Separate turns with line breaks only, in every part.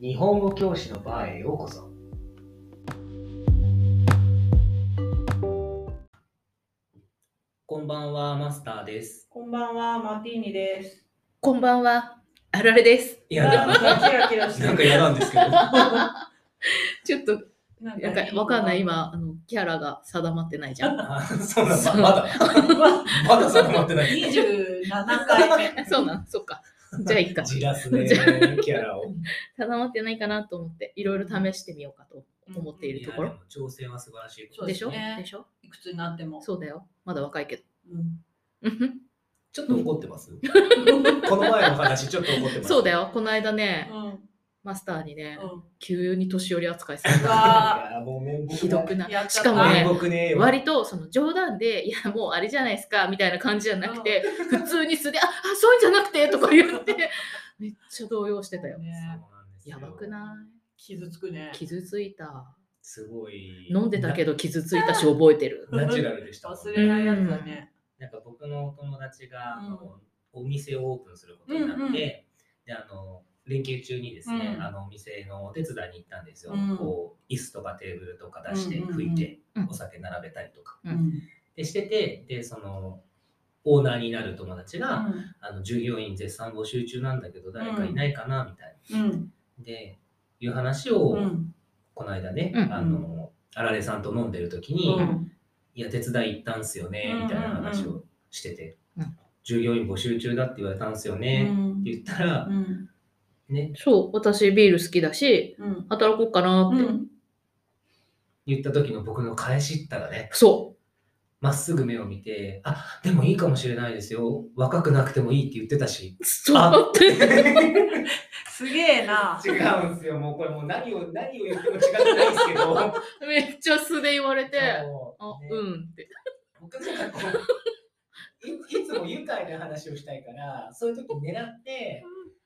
日本語教師のバーへようこそ
こんばんは、マスターです。
こんばんは、マーティーニです。
こんばんは、あられです。
い
い
や、なんか、
キラキラしてる
なんか嫌なんですけど。
ちょっと、
なん
なんかわかんない、。今、あの、キャラが定まってないじ ゃん。
あ そうなん
そ
だ。
う
まだ、まだ定まってない。
27回目。
そうなん、そっか。 じゃあいいか。
じらすね、キャラを。
定まってないかなと思って、いろいろ試してみようかと思っているとこ
いや
ろ。
でも挑戦は素晴らしいこと
そう
で
ですし
す
ょ
ね
でしょ
いくつになっても。
そうだよ。まだ若いけど。
うん
うんふ
ちょっと怒ってます。この前の話、ちょっと怒ってま
ん
す。
そうだよ。この間
う
ね、
ん。うん。
マスターにね、急に年寄り扱いされ
う
た。
わ
いや、もう面目
ひどくな
やっち
い。
ゃ
し
った
かも
面
ね、
目ねえよ。
割とその冗談で、いや、もうあれじゃないですか、みたいな感じじゃなくて、普通に素で、あ、あそういうんじゃなくて、とか言って、めっちゃ動揺してたよ
ー。ね
やばく
い
ない
傷つくね。
傷ついた。
すごい。
飲んでたけど傷ついたし覚えてる。
ナチュラルでしたもんね。
忘れないやつだね。
なんか僕のお友達が、
うん
あのお店をオープンすることになって、
うんうん
であの連休中にですね、
うん
あのお店のお手伝いに行ったんですよ、
うん
こう椅子とかテーブルとか出して
うんうんうん
拭いて、
うん
お酒並べたりとか
う
うんん。
でしててでそのオーナーになる友達が、
う
あの従業員絶賛募集中なんだけど誰かいないかなみたい
ん。
なでいう話を、
うん。
この間ね、
うん
あのあられさんと飲んでる時に、いや、手伝い行ったんすよね、みたいな話をしてて、
うんうん
従業員募集中だって言われたんすよ
う
ね、
ん
って言ったら
う、ん。
ね、
そう、私ビール好きだし、
うん。
働こうかなって。
うん
言った時の僕の返しったらね、
そ
まっすぐ目を見て、あ、でもいいかもしれないですよ。若くなくてもいいって言ってたし。
う。そう
あ
だって。
すげえな。
違うんすよ。もうこれもう何を、何を言っても違くないですけど。
めっちゃ素 で言われて、あ
そう、ね
うんって。
僕なんかこう、いいつも愉快な話をしたいから、そういう時狙って、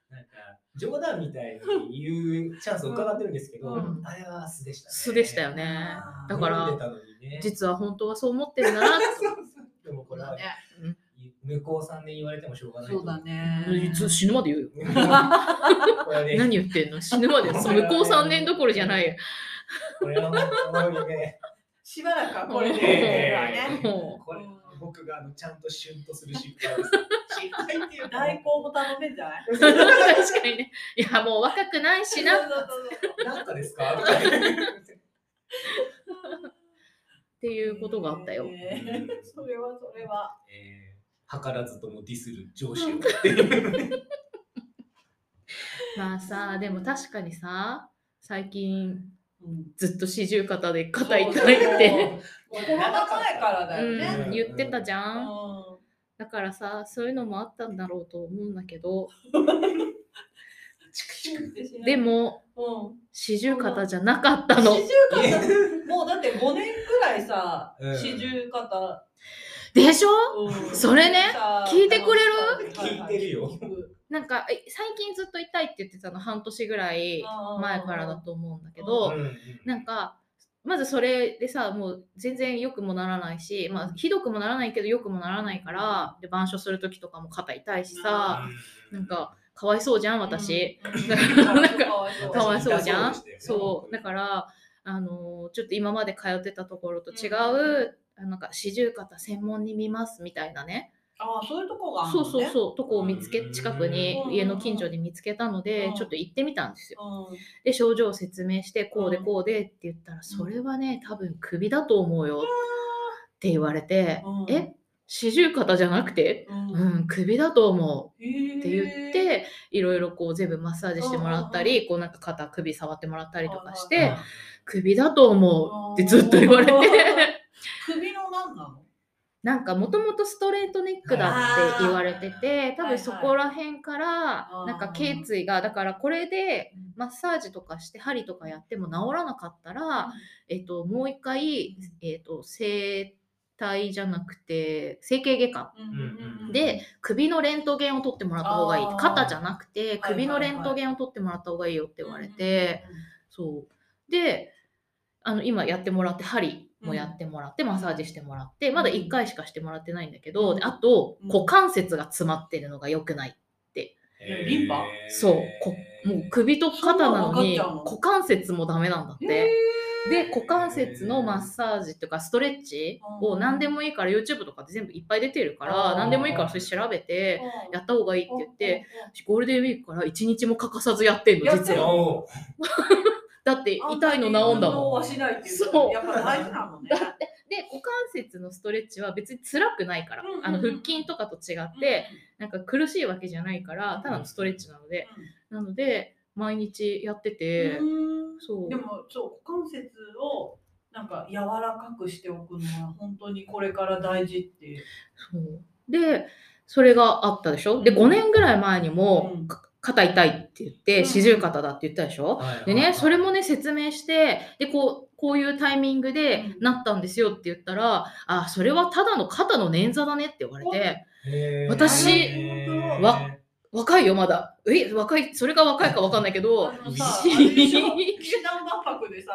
なんか冗談みたいに言うチャンスを伺ってるんですけど、
うん
あれは素でしたね。
素でしたよね
あー
だから
飲んでたのにね、
実は本当はそう思ってるんだなって。
でもこれは
ね
向こうさんで言われてもしょうがないと
そ
思
うだ。ね
い。つ死ぬまで言うよ。
これはね、
何言ってんの死ぬまで。そう向こう3年どころじゃないよ。
これは本当にね、
しばらくはこれで。
え
も
これ僕があのちゃんとシュンとする失敗です。失敗っていうか
代行も頼めんじゃないう
確かにね。いや、もう若くないしな。っ
なんかですかみたいな
ていうことがあったよ。
えー それはそれは。
えー計らずともディスる上司をっていう。
まあさ、でも確かにさ、最近
うん
ずっと四十肩で肩痛いって、
もうコロナ前からだよね。
うん、言ってたじ
う
ゃん。
ん
だからさ、そういうのもあったんだろうと思うんだけど、で、も
うん、
四十肩じゃなかった
四
の。
十肩、もうだって5年くらいさ
うん、
四十肩、
でしょ
うん
それね
さ
聞いてくれる
聞いてるよ。
聞く
なんかえ最近ずっと痛いって言ってたの半年ぐらい前からだと思うんだけど、なんかまずそれでさもう全然良くもならないし、まあ、ひどくもならないけど良くもならないからで板書する時とかも肩痛いしさなんかかわいそうじゃん私。、
うん
なんか
そう
かわいそうじゃん
そうでしたよね
そうだからあのーちょっと今まで通ってたところと違
うん
う、あなんか四十肩専門に見ますみたいなね
ああ、そういうとこがある
そ
の
う
ね
そうそうとこを見つ
う
け
ん
近くに
うん
家の近所で見つけたので
うん
ちょっと行ってみたんですよ
うん
で症状を説明してこうで
うん
こうでって言ったらそれはね多分首だと思うよって言われて
うん
え四十肩じゃなくて
うん
うん首だと思う
っ
って言っ、ていろいろこう全部マッサージしてもらったりこうなんか肩首触ってもらったりとかし
うん
て首だと思うってずっと言われて
あー 首の何なの
なんかもともとストレートネックだって言われてて多
はいは
分
い
そこら辺から
あー
なんか頸椎がだからこれでマッサージとかして針とかやっても治らなかったら、えっともう一回、えっと整体じゃなくて整形外科
うん
うん
で首のレントゲンを取ってもらった方がいい
あー
肩じゃなくて
いはい
首のレントゲンを取ってもらった方がいいよって言われて、、そうであの今やってもらって針もやってもらって、マッサージしてもらってまだ1回しかしてもらってないんだけど、
うん
あと
うん
股関節が詰まってるのが良くない、
リンパ
そうこもう首と肩なのに
そんなの分かっちゃうの
股関節もダメなんだっ
へ
て。
ー
で股関節のマッサージとかストレッチを
うん
何でもいいから YouTube とかで全部いっぱい出てるか
あ
ら
ー
何でもいいからそれ調べてやった方がいいって言ってゴールデンウィークから1日も欠かさずやってんの
やって
実
る
は
おう
だって痛いの治んだもん
運動はしないっていう
そう
やっぱ大事な のね。
で股関節のストレッチは別に辛くないから
うんうんうん
あの腹筋とかと違ってなんか苦しいわけじゃないからただのストレッチなのでなので毎日やって
うん、
て
うん
そう
でもそう股関節をなんか柔らかくしておくのは本当にこれから大事っていう。
そうでそれがあったでしょで
うん
5年ぐらい前にも、
うん
か肩痛いって言って
うん
四十肩だって言ったでしょ、
はい
でねそ
れ
れもね説明してでこうこういうタイミングで
うん
なったんですよって言ったら「あそれはただの肩の捻挫だね」って言われて私
わ
わ「若いよまだ」え「若いそれが若いか分かんないけど
あのさ、あ
いい
れでしょ騎士団万博 でさ、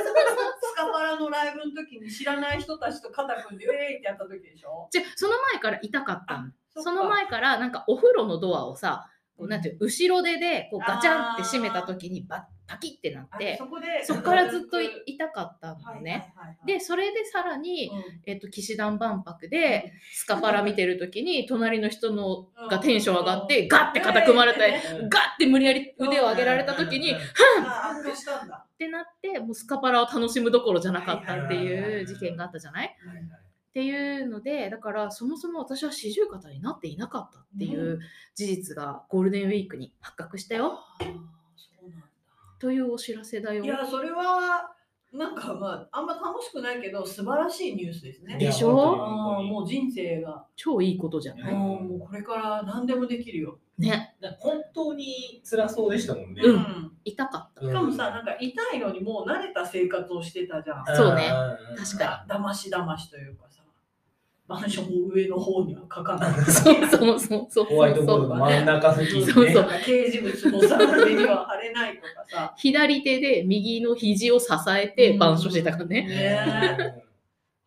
スカパラのライブの時に知らない人たちと肩組んで、ウェーイってやった時でしょ
じゃその前から痛かったの
そっか
その前からなんかお風呂のドアをさこうなんていう後ろ手でこうガチャンって閉めた時にバパキってなっ
あ
て
そこで
そこからずっとい
軽く
痛かったのね。
はいはいはいはい
で、それでさらに、えっと、騎士団万博で
う
スカパラ見てる時に隣の人の
ん
がテンション上がっ
うん
てガッて肩組まれて
ね
ガッて無理やり腕を上げられた時にっ
あアップしたんだ。
てなってもうスカパラを楽しむどころじゃなかったっていう事件があったじゃないっていうのでだからそもそも私は四十肩になっていなかったっていう事実がゴールデンウィークに発覚したよ
あーそうなんだ
というお知らせだよ
い。や、それは、なんかまあ、あんま楽しくないけど、素晴らしいニュースですね。
でしょ
あーもう人生が、
超いいことじゃ
う
なんい、
もうこれから何でもできるよ。
ね
本当に辛そうでしたもんね。
うん痛かった。
うん
しかもさ、なんか痛いのにもう慣れた生活をしてたじゃん。
そうね
うん
確かに
だましだましというかさ、マンションの上の方には書かない。
そうそうそうそう
ホワイ
そ
トボード
うそ
の
う。
真ん中付近ね。
そうそう
なんか掲示物のさ、上には貼れないとかさ。
左手で右の肘を支えて板書してたからね。
ねえ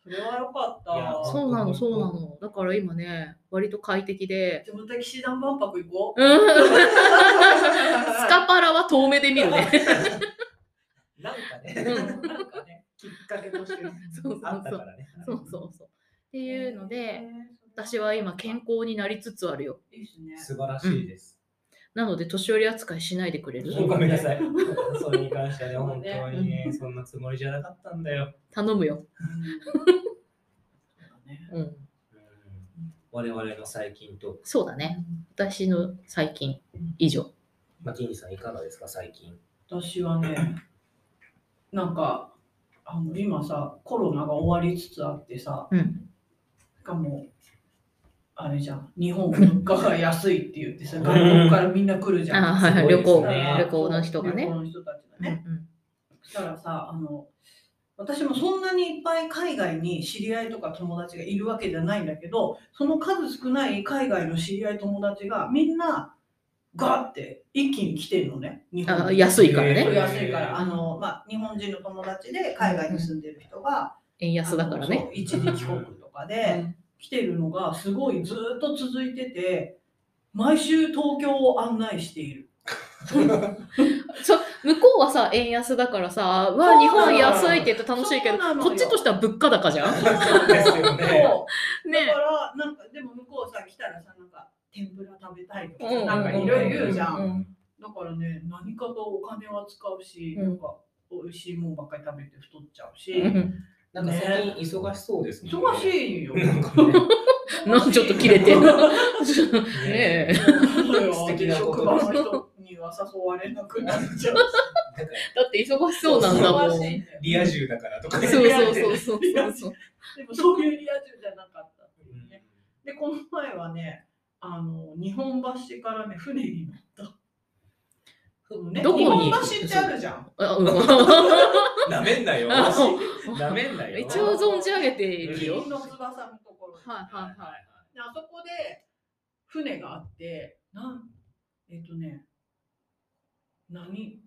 それはよかった。
いやうん
そうなのそうなの。だから今ね割と快適で。
じゃあまた騎士団万博行こう。
うん、ス
ス
カパラは遠目で見るね。
なんか
う
ね、
ん
なんかね。
きっかけとして
そう
あ
そ
っ
う
た
そ
か
う。
らね。
そうそうそう。っていうの
へ
で、
ー、
私は今健康になりつつあるよ。
いいです
素
ね。
晴らしいです。
なので年寄り扱いしないでくれる
ごめんなさい。それに関してはね、本当にね、そんなつもりじゃなかったんだよ。
頼むよ。
うんそうだね
うん。
うん我々の最近と、
そうだね。私の最近以上。
マキニさんいかがですか、最近。
私はね、なんか、あの今さ、コロナが終わりつつあってさ、
うん。
しかも、あれじゃん、日本物価が安いって言って さ、外国からみんな来るじゃん。
あはいはい
すごい
旅
です
行、
ね
旅行の人が
旅
ね。
行の人たちが
うんう
ね。
ん
そしたらさ、あの、私もそんなにいっぱい海外に知り合いとか友達がいるわけじゃないんだけど、その数少ない海外の知り合い友達がみんなガーって一気に来てるのね、日本
あ
に。
安いから
えー
ね。
安いから、あの、まあ、日本人の友達で海外に住んでる人が、
円安だから
あの
ね。
そう一時帰国とかで来てるのがすごいずっと続いてて、毎週東京を案内している。
向こうはさ、円安だからさ、
な
わ
の
あ、日本安いって言って楽しいけど
そうな、のよ
こっちとしては物価高じゃん。ね
そうですよね
そうだからなんかでも向こうさ来たらさなんか天ぷら食べたいとかさ、
うん
なんかいろいろ言うじゃん、
う
だからね何かとお金は使うし、
うん
なんか美味しいもんばっかり食べて太っちゃうし、
うん
なんか最近忙しそうですね。
忙しいよ、
なんかね
なんかちょっと切れ てる
素
ねえ。
素敵
敵
な
な
こと
職場の人には誘われなくなっちゃう
なんか
だって忙しそうなんだもん。
忙
そう
しいんだよ
リア充だからとかね。
そうそうそうそうそう。
でもそういうリア充じゃなかったっていうねでこの前はねあの日本橋からね船に乗ったそのね
どこに
日本橋ってあるじゃん
あうん
なめんなよ。
あそう
なめんなよ。
一応存じ上げているよ。
金の翼のところ
はいはいはい。
であそこで船があってなんえっ、とね何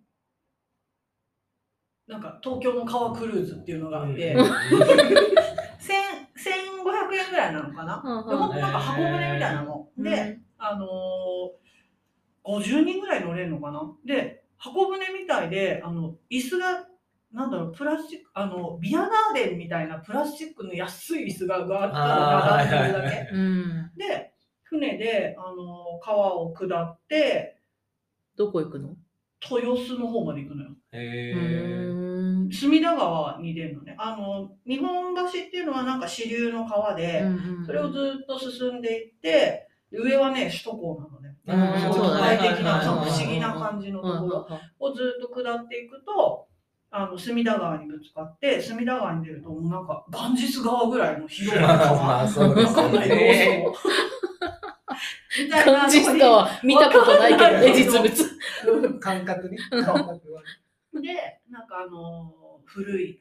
なんか東京の川クルーズっていうのがあって、
うん
千1500円ぐらいなのかな、
うんうん
でほんとなんか箱舟みたいなの、
うん
で、あのー50人ぐらい乗れるのかなで箱舟みたいであの椅子がなんだろうプラスチックあのビアガーデンみたいなプラスチックの安い椅子がガーッと並んでるだけ。
うん。
で船であの川を下って
どこ行くの
豊洲の方まで行くのよ
う
へえ。
ーん。
隅田川に出るのねあの日本橋っていうのはなんか支流の川で、それをずっと進んでいってで上はね首都高なのね
うん
す
そう
ごい都
だね
会的なそう
うん
不思議な感じのところをずっと下っていくとあの隅田川にぶつかって隅田川に出るともうなんかガンジス川ぐらいの広い
まあま
川
あそう で
わか
す
んない
ね。
どうしようみたいな
感じしかは見たことないけどね、実物。
感覚ね。感覚は。
で、なんかあのー古い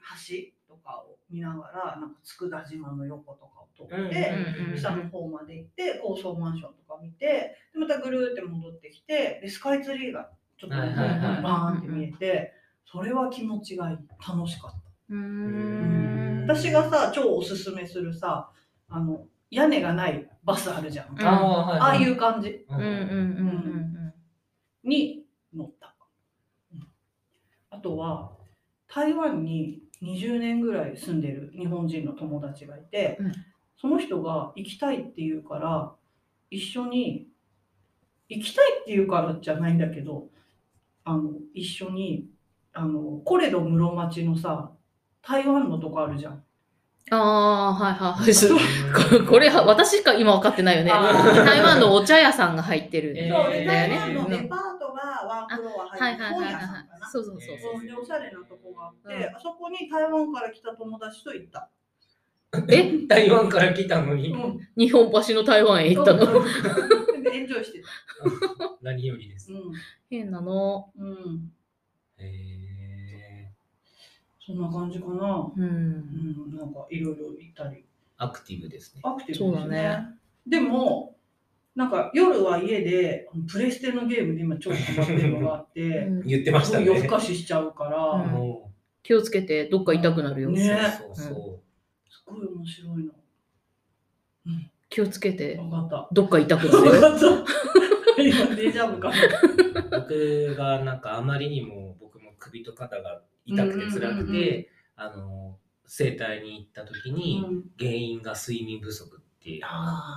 橋とかを見ながら、なんか佃島の横とかを通っ
う
て、
んうん
下の方まで行って、高層マンションとか見て、でまたぐるーって戻ってきて、でスカイツリーがちょっと
はい
ね
はいはい
バーンって見えて、それは気持ちがいい、楽しかった。
うー
ん
私がさ、超おすすめするさ、あの屋根がないバスあるじゃん。
うん
あ
あ。
あいうう感じ
うんうんうんうんうん
に乗った。うんあとは台湾に20年ぐらい住んでる日本人の友達がいて、
うん
その人が行きたいって言うから一緒に行きたいって言うからじゃないんだけどあの一緒にあのコレド室町のさ台湾のとこあるじゃん。
ああー、はいはいはいそう。ここれは、私しか今分かってないよね。
あー
台湾のお茶屋さんが入ってるん
えー
だ
そう
よ
で
えー
台
ね。
湾の
うん
デパートがワンフロア
は
入
い
って
はい
る本
はい
屋
はい
さんかな。
そうそうそうそう。
そういうおしゃれなとこがあって、あそこに台湾から来た友達と行った。
え、
台湾から来たの
う
に
ん、
日本橋の台湾へ行ったの
うん エンジョイしてた。
何よりです。
う
変なの。
ん、うん、
へえ。
そんな感じかな。う
う。
んん、なんかいろいろ行ったり。
アクティブですね。
アクティ
そ
ブ
う
で
だ
すね。
ね
でも、なんか夜は家でプレステのゲームで今ちょっとハマってるのがあっ
う
て、
ん
言ってまし
す
た
ごい
ね。
夜更かししちゃうから、
うん
も
気をつけて、どっか痛くなるよ。
う
ね
そうそうそ
すごい面白い
気をつけて、
の。分かっ
どっか痛く
た。
なるよ。
かった。 今デジャブかな。
う。僕がなんかあまりにも僕も首と肩が痛くて辛
うんうんう
く
んうん
て、あの整体に行った時に原因が睡眠不足って
あ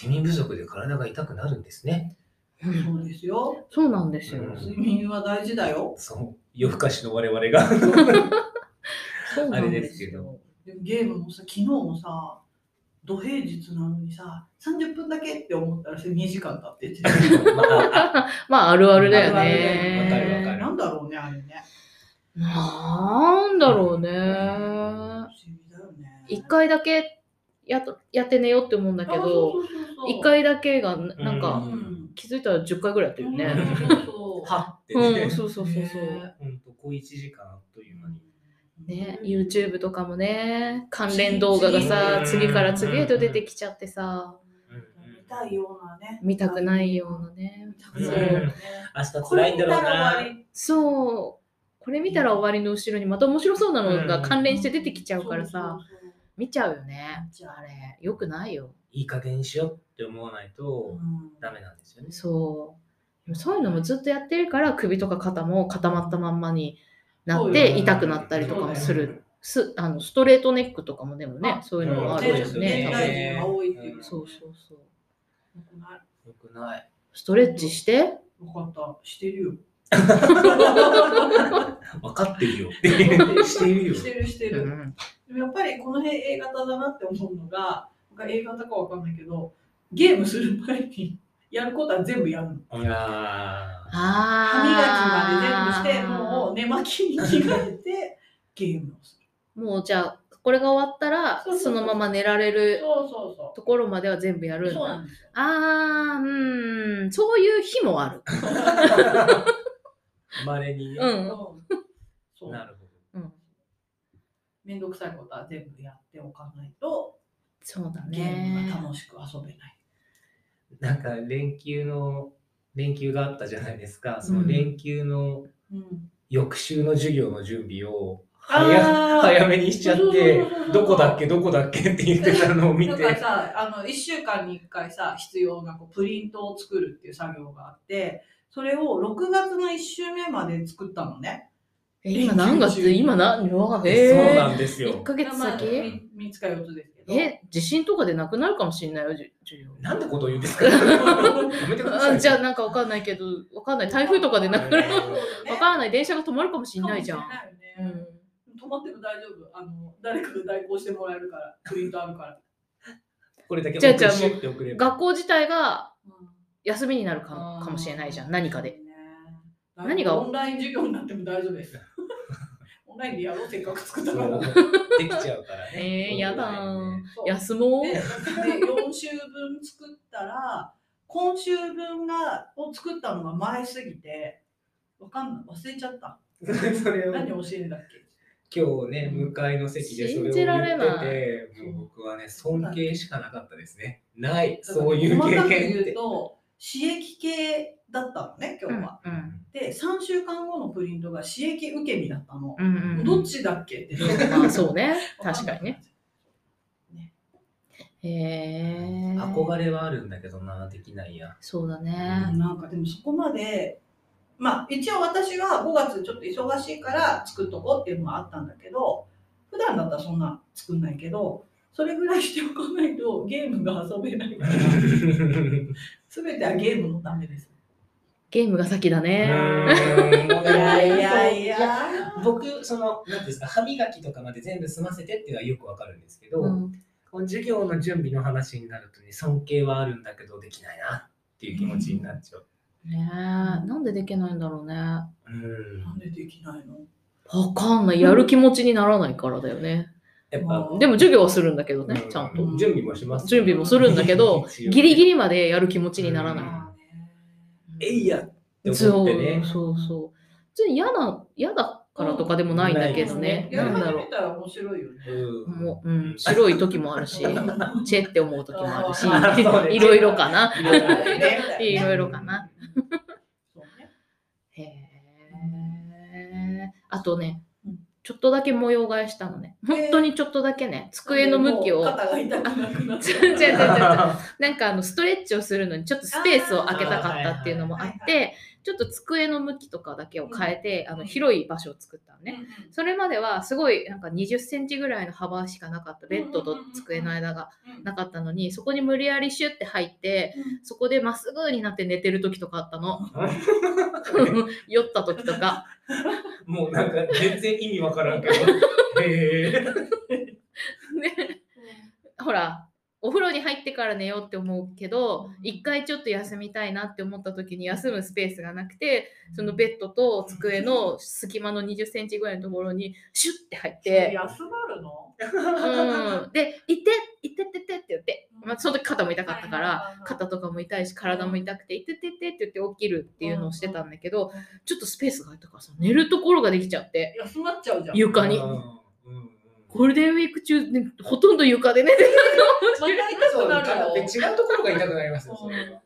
睡眠不足で体が痛くなるんですね。
あ、そうですよ。
そうなんですよ。
うん
睡眠は大事だよ。
そう夜更かしの我々が。
そうな
あれ
んで。
ですすけど。
でもゲームもさ、昨日もさ、土平日なのにさ、30分だけって思ったらそれ2時間経ってて。
まあ
まあ、あるあるだよ
ある
ね。
あるわかるわかる
なんだろうね、あれね。
なんだろう
不
ね。
思議だよね。
一回だけやっとやって寝ようって思うんだけ
あそ
ど、
うそうそうそう
一、回だけがななん
う
か、
ん、
気づいたら10回ぐらいやってるね。
そうそうそう
はって
うん、
ね。
そうそうそうそう。
ね
ほんとこう1時間あっという間に。
ね、YouTube とかもね、関連動画がさ、
次
次
々
から次へと出てきちゃってさ、
見たいようなね。
見たくないようなね。
見たくないようなね。
明日辛いんだろう
これ見たら終わ
な。
り
そう、これ見たら終わりの後ろにまた面白そうなのが関連して出てきちゃうからさ、
そうそうそう
見ちゃうよね。
見ちゃう
あれ、よくないよ。
いい加減にしようって思わないと
うん
ダメなんですよね。
そう。でもそういうのもずっとやってるから首とか肩も固まったまんまになっ
そうよ
て痛くなったりとかもする。。すあのストレートネックとかもでもね、
あ
そういうのもあるよ
そうです
ね
よね
現
多分ね。
代人が多いっていう。
そうそうそう。
よくない
よくない。
ストレッチして、
よかった、してるよ。
分かってるよ。してるよ。
してるしてる。でもやっぱりこの辺 A 型だなって思うのが、僕は A 型かわかんないけど、ゲームする前にやることは全部やるの。
ああ。
歯
歯磨きまで全部して、もう寝巻きに着替えてゲームを する。
もうじゃあこれが終わったら
そうそうそ
そうのまま寝られる
そうそうそ
ところまでは全部や
う。
るん
そうな
だ。
んですよ。
あーうーんそういう日もある。
まれにね。
うん。
うんそう
なるほど。
うん、
めんどくさいことは全部やっておかないと、
そうだ
ゲーム
ね
が。楽しく遊べない。
なんか連休の連休があったじゃないですか。そうの
ん
連休の
うん
翌週の授業の準備を早
あー
早めにしちゃって、どこだっけ、どこだっけって言ってたのを見
だ
て。
からさあの1週間に1回さ必要なこうプリントを作るっていう作業があってそれを6月の1週目まで作ったのね。
え今何月今な、
そうなんです
1
よ。
ヶ月
まあ
先
み三つか四つですけど。
え、地震とかでなくなるかもしれないよ、じゅ授業。
なんてことを言うんですかやめてくださ
あ
い。
じゃあなんかわかんないけど、わかんない。台風とかでなくなる。
わ
わからない。電車が止まるかもしれないじゃん。
かもしれない
う
よね
ん、
止まっても大丈夫。あの誰かが代行してもらえるからプリントあるから。
これだけ
じゃあじゃあ
送って送れば
学校自体が
うん
休みになるかもかもしれないじゃん、何かで。。
そうね
何が
オンライン授業になっても大丈夫です。 オンラインでやろう、せっかく作ったか
そう
ら。
できちゃうからね。
えーやだー
そう
休もう。
でで4週分作ったら、今週分がを作ったのが前すぎて、わかんない、忘れちゃ った。
それを
何教えるんだっけ
今日ね、向かいの席でそれを言
信じ
っ
られない
てて、もう僕はね、尊敬しかなかったですね。ない、そういう
細
経
かく
験っ
言う
て。
と、刺激系だったのね、今日は。
うん
で、3週間後のプリントが刺激受け身だったの。
うんうんうん
どっちだっけって。
まあそうね、確かにね。。へえ。
憧れはあるんだけどな、できない や。
そうだ
う
ね。
なんかでもそこまで、まあ一応私は5月ちょっと忙しいから作っとこうっていうのもあったんだけど、普段だったらそんな作んないけど、それぐらいしておかないとゲームが遊べない から、全てはゲームのためです。
ゲームが先だ
う
ね。
ーんもう
いやい
ね
やいや。
僕、その、なんていうんですか、歯磨きとかまで全部済ませてっていうのはよくわかるんですけど、
うん
この授業の準備の話になるとね、尊敬はあるんだけど、できないなっていう気持ちになっちゃう。
ねえ、なんでできないんだろうね。わ
うん
なんでできないの
かんない。やる気持ちにならないからだよね。
やっぱ、
でも授業はするんだけどね
う、
ちゃんと。
う準備もします。
準備もするんだけ ど
一応
ギリギリまでやる気持ちにならな
まあ
え
ね
いやって
い。そ
思っ
う
てね。
そうそう。別に嫌な、嫌だからとかでもないんだけどね。
や
な
り
んだ
始
ろ
めたら面白いよね。
う。
うん
もう、 うん、白い時もあるし、チェって思う時もあるし
あーそう、ね
いろいろかな。
いろいろあるね
いろいろかな。
そうね
へえ。あとね
うん、
ちょっとだけ模様替えしたのね。
へー
本当にちょっとだけね、机の向き
もう
を。
肩が痛くなくなっちゃう
違う違う違うなんかあのストレッチをするのにちょっとスペースを空けたかったっていうのもあ
あ
っ
ーはい
てちょっと机の向きとかだけを変えて、あの広い場所を作ったのね。それまではすごいなんか20センチぐらいの幅しかなかったベッドと机の間が
うんうん
なかったのにそこに無理やりシュッて入って
うん
そこでまっすぐになって寝てる時とかあったの酔った時と か
もうなんか全然意味わからんけど。へえ。
でほらお風呂に入ってから寝ようって思うけど一回ちょっと休みたいなって思った時に休むスペースがなくてそのベッドと机の隙間の20センチぐらいのところにシュッて入っ
それ
て、
休まるの
うん、で「いていててて」って言って、まあ、その時肩も痛かったから。肩とかも痛いし体も痛くて「いててて」って言って起きるっていうのをしてたんだけどちょっとスペースが空いたからさ寝るところができちゃって
休まっちゃうじゃん。
床に
うんうん
ゴールデンウィーク中、ね、ほとんど床で寝て
また痛
そう
くな
だ
る
から
よ
って違うところが痛くなりますよ。それは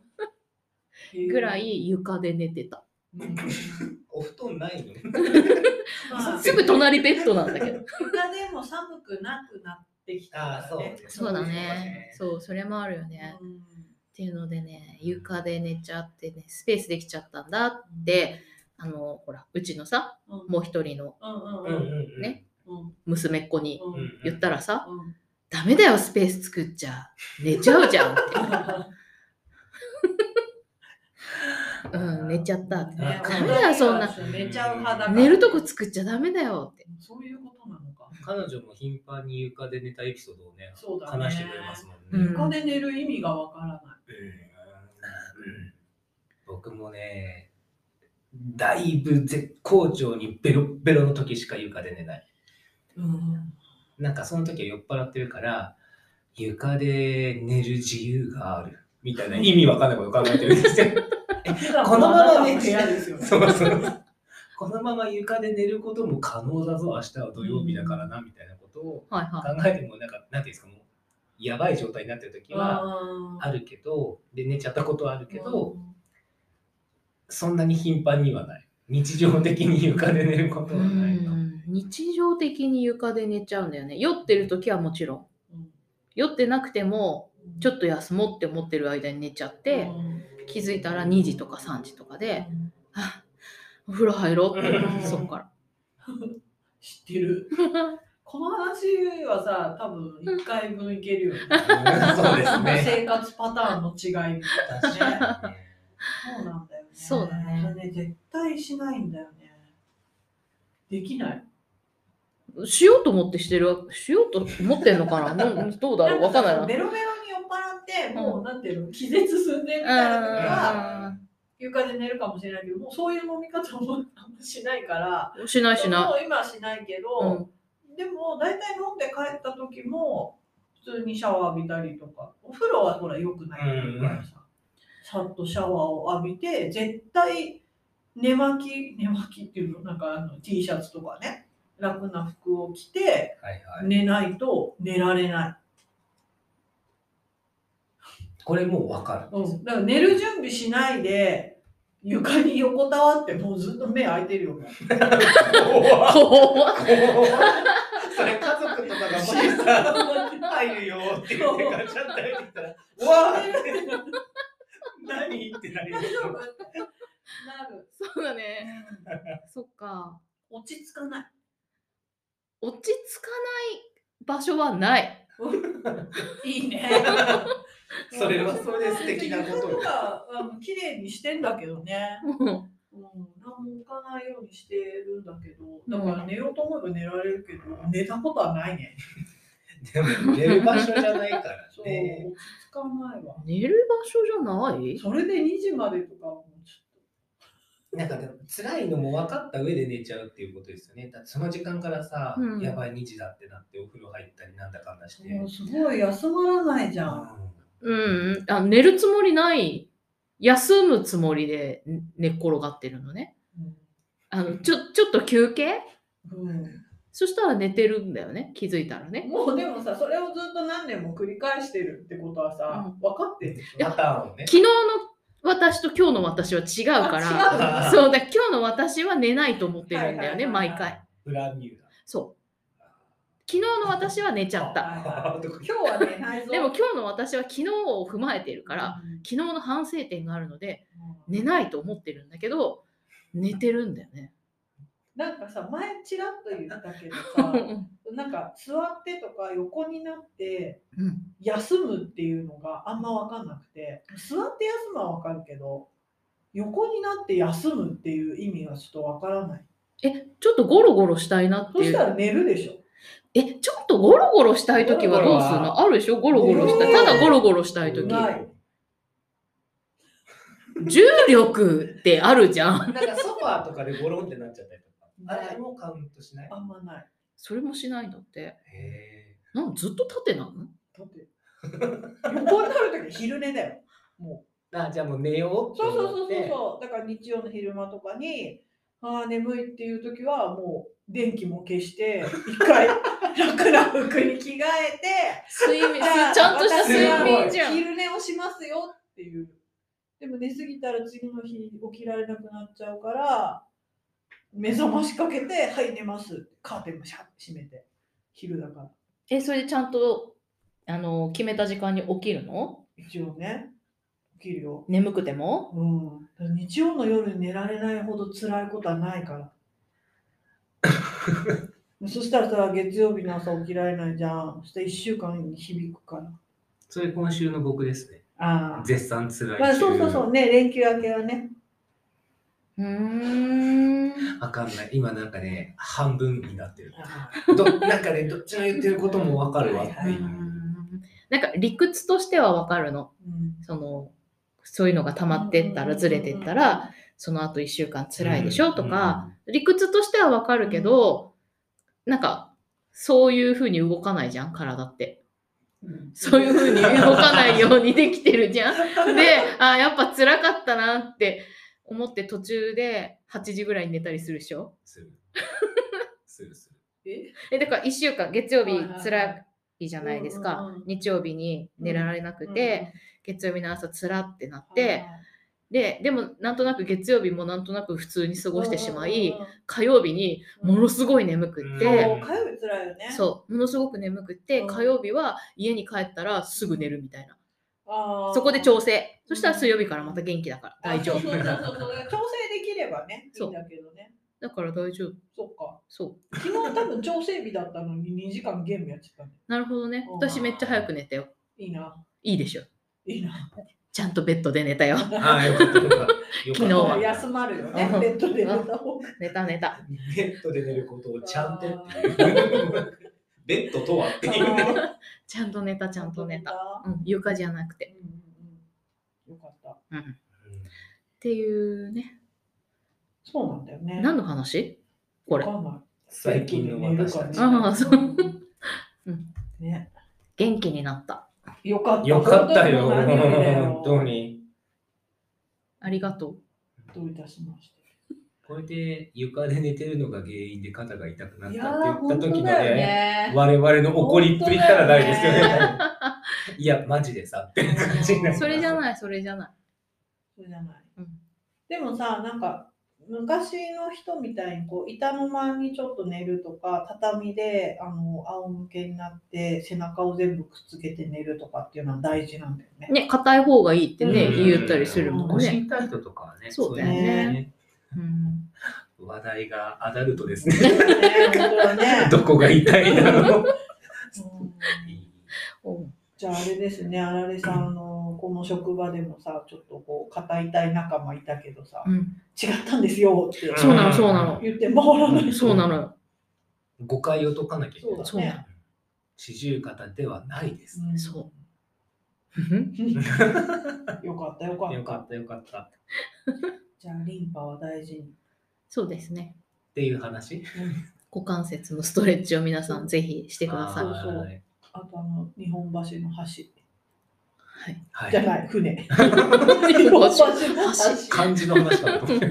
るぐら。い床で寝てた。
うん
お布団ないの。
まあ
すぐ隣ベッドなんだけど。
床でも寒くなくなってきたから
ああ、そう
ね。。
そうだね。そう、それもあるよね。
うん
っていうのでね、床で寝ちゃってね、スペースできちゃったんだ。で、あの、ほら、うちのさ、
うん
もう一人の
うんうん
うんうんうん。
ね
うん
娘っ子に
うんうん
言ったらさ、
うん
ダメだよ、スペース作っちゃ。寝ちゃう じゃんって。うん、寝ちゃったって。
ね
ダメだよ、そんな。
寝ちゃう派だから。
寝るとこ作っちゃダメだよって。
そういうことなのか。
彼女も頻繁に床で寝たエピソードをね、
そうだね。
話してくれますもんね。
う
うん
ん
床で寝る意味がわからない。
うん僕もね、だいぶ絶好調にベロッベロの時しか床で寝ない。
うん
なんかその時は酔っ払ってるから、床で寝る自由がある。みたいな意味わかんないこと考えてるんですよ。このままね
あなたの部屋ですよね。
そうそう。 このまま床で寝ることも可能だぞ、明日は土曜日だからな、みたいなことを
はいは
考えても、なんか、なんていうんですか、もう、やばい状態になってる時は
あ
あるけど、で、寝ちゃったことはある
ー
けど、、そんなに頻繁にはない。日常的に床で寝ること
い。う
はないな。
ん。日常的に床で寝ちゃうんだよね酔ってる時はもちろん
うん
酔ってなくてもちょっと休もうって思ってる間に寝ちゃって気づいたら2時とか3時とかで
うん
あお風呂入ろうって
うん
そっから
知ってるこの話はさ多分1回分いけるよね
そうですね。
生活パターンの違いみたいな
確
ね
かにね。
そうなんだよね
そうだね
それね絶対しないんだよねできない
しようと思ってしてるわしようと思ってんのかな もうどうだろうわかんない
さ
な
ベロベロに酔っ払ってもうなんていうの気絶寸前みたいな時は床で寝るかもしれないけどもうそういう飲み方もあんましないから
うんしないし
も
な
う今はしないけ
い、う
ど、
ん、
でも大体飲んで帰った時も普通にシャワー浴びたりとかお風呂はほら良くないっていうからさ、さっとシャワーを浴びて絶対寝巻き寝巻きっていうのなんかあの T シャツとかね楽な服を着て
はいはい。
寝ないと寝られない。
これもうわかる。
うん、だから寝る準備しないで床に横たわってもうずっと目開いてるよ ね。
怖っ
怖っ
怖っそれ家族とかがもしさ、 入るよって言ってガチャンって入ってきたら、うわーって、何ってなりますよ
なる。
そうだねそっか
落ち着かない。
落ち着かない場所はない
いいね。
それはそれで素敵なこと
床
よ
と。かあの綺麗にしてんだけどね。
も
うん、何も置かないようにしてるんだけど、だから寝ようと思えば寝られるけど、寝たことはないね。
でも寝る場所じゃないから
そう、
ね。
落ち着かないわ。
う寝る場所じゃない
それで2時までとかもち
なんかでも辛いのも分かった上で寝ちゃうっていうことですよね。だってその時間からさ、
うん
やばい2時だってなってお風呂入ったりなんだかんだし。
ょってと、もうすごい休まらないじゃん。
うんうんあ寝るつもりない休むつもりで寝っ転がってるのねあのちょちょっと休憩
うん
そしたら寝てるんだよね気づいたらね
もうでもさそれをずっと何年も繰り返してるってことはさ、分かってるでしょ
パターンをね。
昨日の私と今日の私は違うか
あ
ら
違う
そうだ今日の私は寝ないと思ってるんだよね
はいはいはいはい
毎回
フラミュー
そう昨日の私は寝ちゃった
はいはい今日はね内臓
でも今日の私は昨日を踏まえてるから
うん
昨日の反省点があるので
うん
寝ないと思ってるんだけど寝てるんだよね
なんかさ前ちらっと言ったけどさ なんか座ってとか横になって
うん
休むっていうのがあんま分かんなくて座って休むは分かるけど横になって休むっていう意味がちょっと分からない
えちょっとゴロゴロしたいなって
そ
い
した
う
ら寝るでしょ
えちょっとゴロゴロしたい時はどうする
ゴロゴロ
の
は
あるでしょゴロゴロしたい
えー
ただゴロゴロしたい時
ない
重力ってあるじゃん
なんかソファーとかでゴロンってなっちゃったりとか。あれもカウントしない
あんまない
それもしないんだって
へ
なんずっと縦なの
だって 横になる時は昼寝だよもう
ーあ、じゃあもう寝ようって
そうそう
思
そ
っ
う
て。
そうそうだから日曜の昼間とかにああ眠いっていう時はもう電気も消して一回楽な服に着替えて
睡 眠
じゃあ
ちゃんとした
私は
睡眠じゃん
昼寝をしますよっていうでも寝すぎたら次の日起きられなくなっちゃうから目覚ましかけて「はい寝ます」カーテンもシャッて閉めて昼だから
えそれでちゃんとあの決めた時間に起きるの
一応ね起きるよ
眠くても
うん、だから日曜の夜に寝られないほど辛いことはないからそしたらさ月曜日の朝起きられないじゃんそしたら1週間に響くから
それ今週の僕ですね。
ああ、
絶賛辛い週。
まあ、そうそうそうね連休明けはね
うーん
わかんない。今なんかね、半分になってる。
あ
どなんかね、どっちの言ってることもわかるわって。
はいいはいう
なんか理屈としてはわかるの
ー、うん、
そのそういうのが溜まってったらずれてったらその後1週間辛いでしょとか、理屈としてはわかるけど、なんかそういうふうに動かないじゃん体って
うん、
そういうふうに動かな いようにできてるじゃんであやっぱ辛かったなって思って途中で8時ぐらいに寝たりするでしょ
する。するする。
え
えだから1週間月曜日
はいはいはい
辛いじゃないですか、
うんうんうん
日曜日に寝られなくて、月曜日の朝辛ってなって、ででもなんとなく月曜日もなんとなく普通に過ごしてしまい
うんうん
火曜日に
うん、
ものすごい眠くっ
ごい
て、
火曜日辛いよね。う。
そうものすごく眠くって、
うん
火曜日は家に帰ったらすぐ寝るみたいな
あー
そこで調整そしたら水曜日からまた元気だから大丈
あそ
夫
うそうそうそう調整できればね、いいんだけどね。
だから大丈夫
そっか。
そう
昨日多分調整日だったのに2時間ゲームやってたね。
なるほどね
うん
私めっちゃ早く寝たよ
いいな。
いいでしょ
いいな。
ちゃんとベッドで寝たよ
ああ、よかったよかった。
昨日は
休まるよね。
うん
ベッドで寝た方が。
寝た寝た
ベッドで寝ることをちゃんと
あ
っていう。ベッドとはっていうね。
ー
ちゃんと寝たちゃんと寝た、
た。
うん、床じゃなくて、
うんうんうんよかった。
うん、っていうね
そうなんだよね。
何の話これ
わかんない
最近の私たち。
ああそう。
うんね。
元気になった
よかった。
よかったよ、
本当に何よりだよ
本当に。
ありがとう
どういたしまして。
これで床で寝てるのが原因で肩が痛くなっ
い
た
や
っ
ー、
て言っ
本
た
当
時の
だよ
ね、
ね。
我々の怒りっぷりったらないですよね。
本当だよ
いや、マジでさって感じになります
それじゃ
い。
ないそれじゃない
そうじゃない。
うん
でもさ、なんか昔の人みたいにこう板の間にちょっと寝るとか、畳であの仰向けになって背中を全部くっつけて寝るとかっていうのは大事なんだよね。
ね硬い方がいいってね、
うん
言ったりするもん
腰
ね、
痛い人とかはね、
そうだよ
ね
いの。
うん、
話題がアダルトですね。
ね本当だね
どこが痛いんだろう。
うん
おう
じゃああれですね、あられさんあのこの職場でもさ、ちょっとこう肩痛い仲間いたけどさ、
うん、
違ったんですよって
そうなのそうなの
言って回らない。
そうなのよ
誤解を解かなきゃいけない。
そうなの
四十肩ではないです。
うん
そ
よかったよかった。
よかったよかった。っ
じゃあリンパは大事に。
そうですね
ていう話
股関節のストレッチを皆さんぜひしてください。
あーそう
はい
あとあの日本橋の橋
はい、
は
じゃ
い。
ない 船。
日本橋
橋
漢字の話かなと思 って。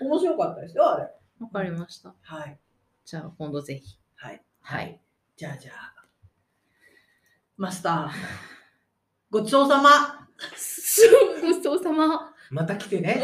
面白かったですよあれ。
わかりました。
はい
じゃあ今度ぜひ。
はい
はい。
じゃあじゃあマスターごちそうさま。
すごちそうさま。
また来てね。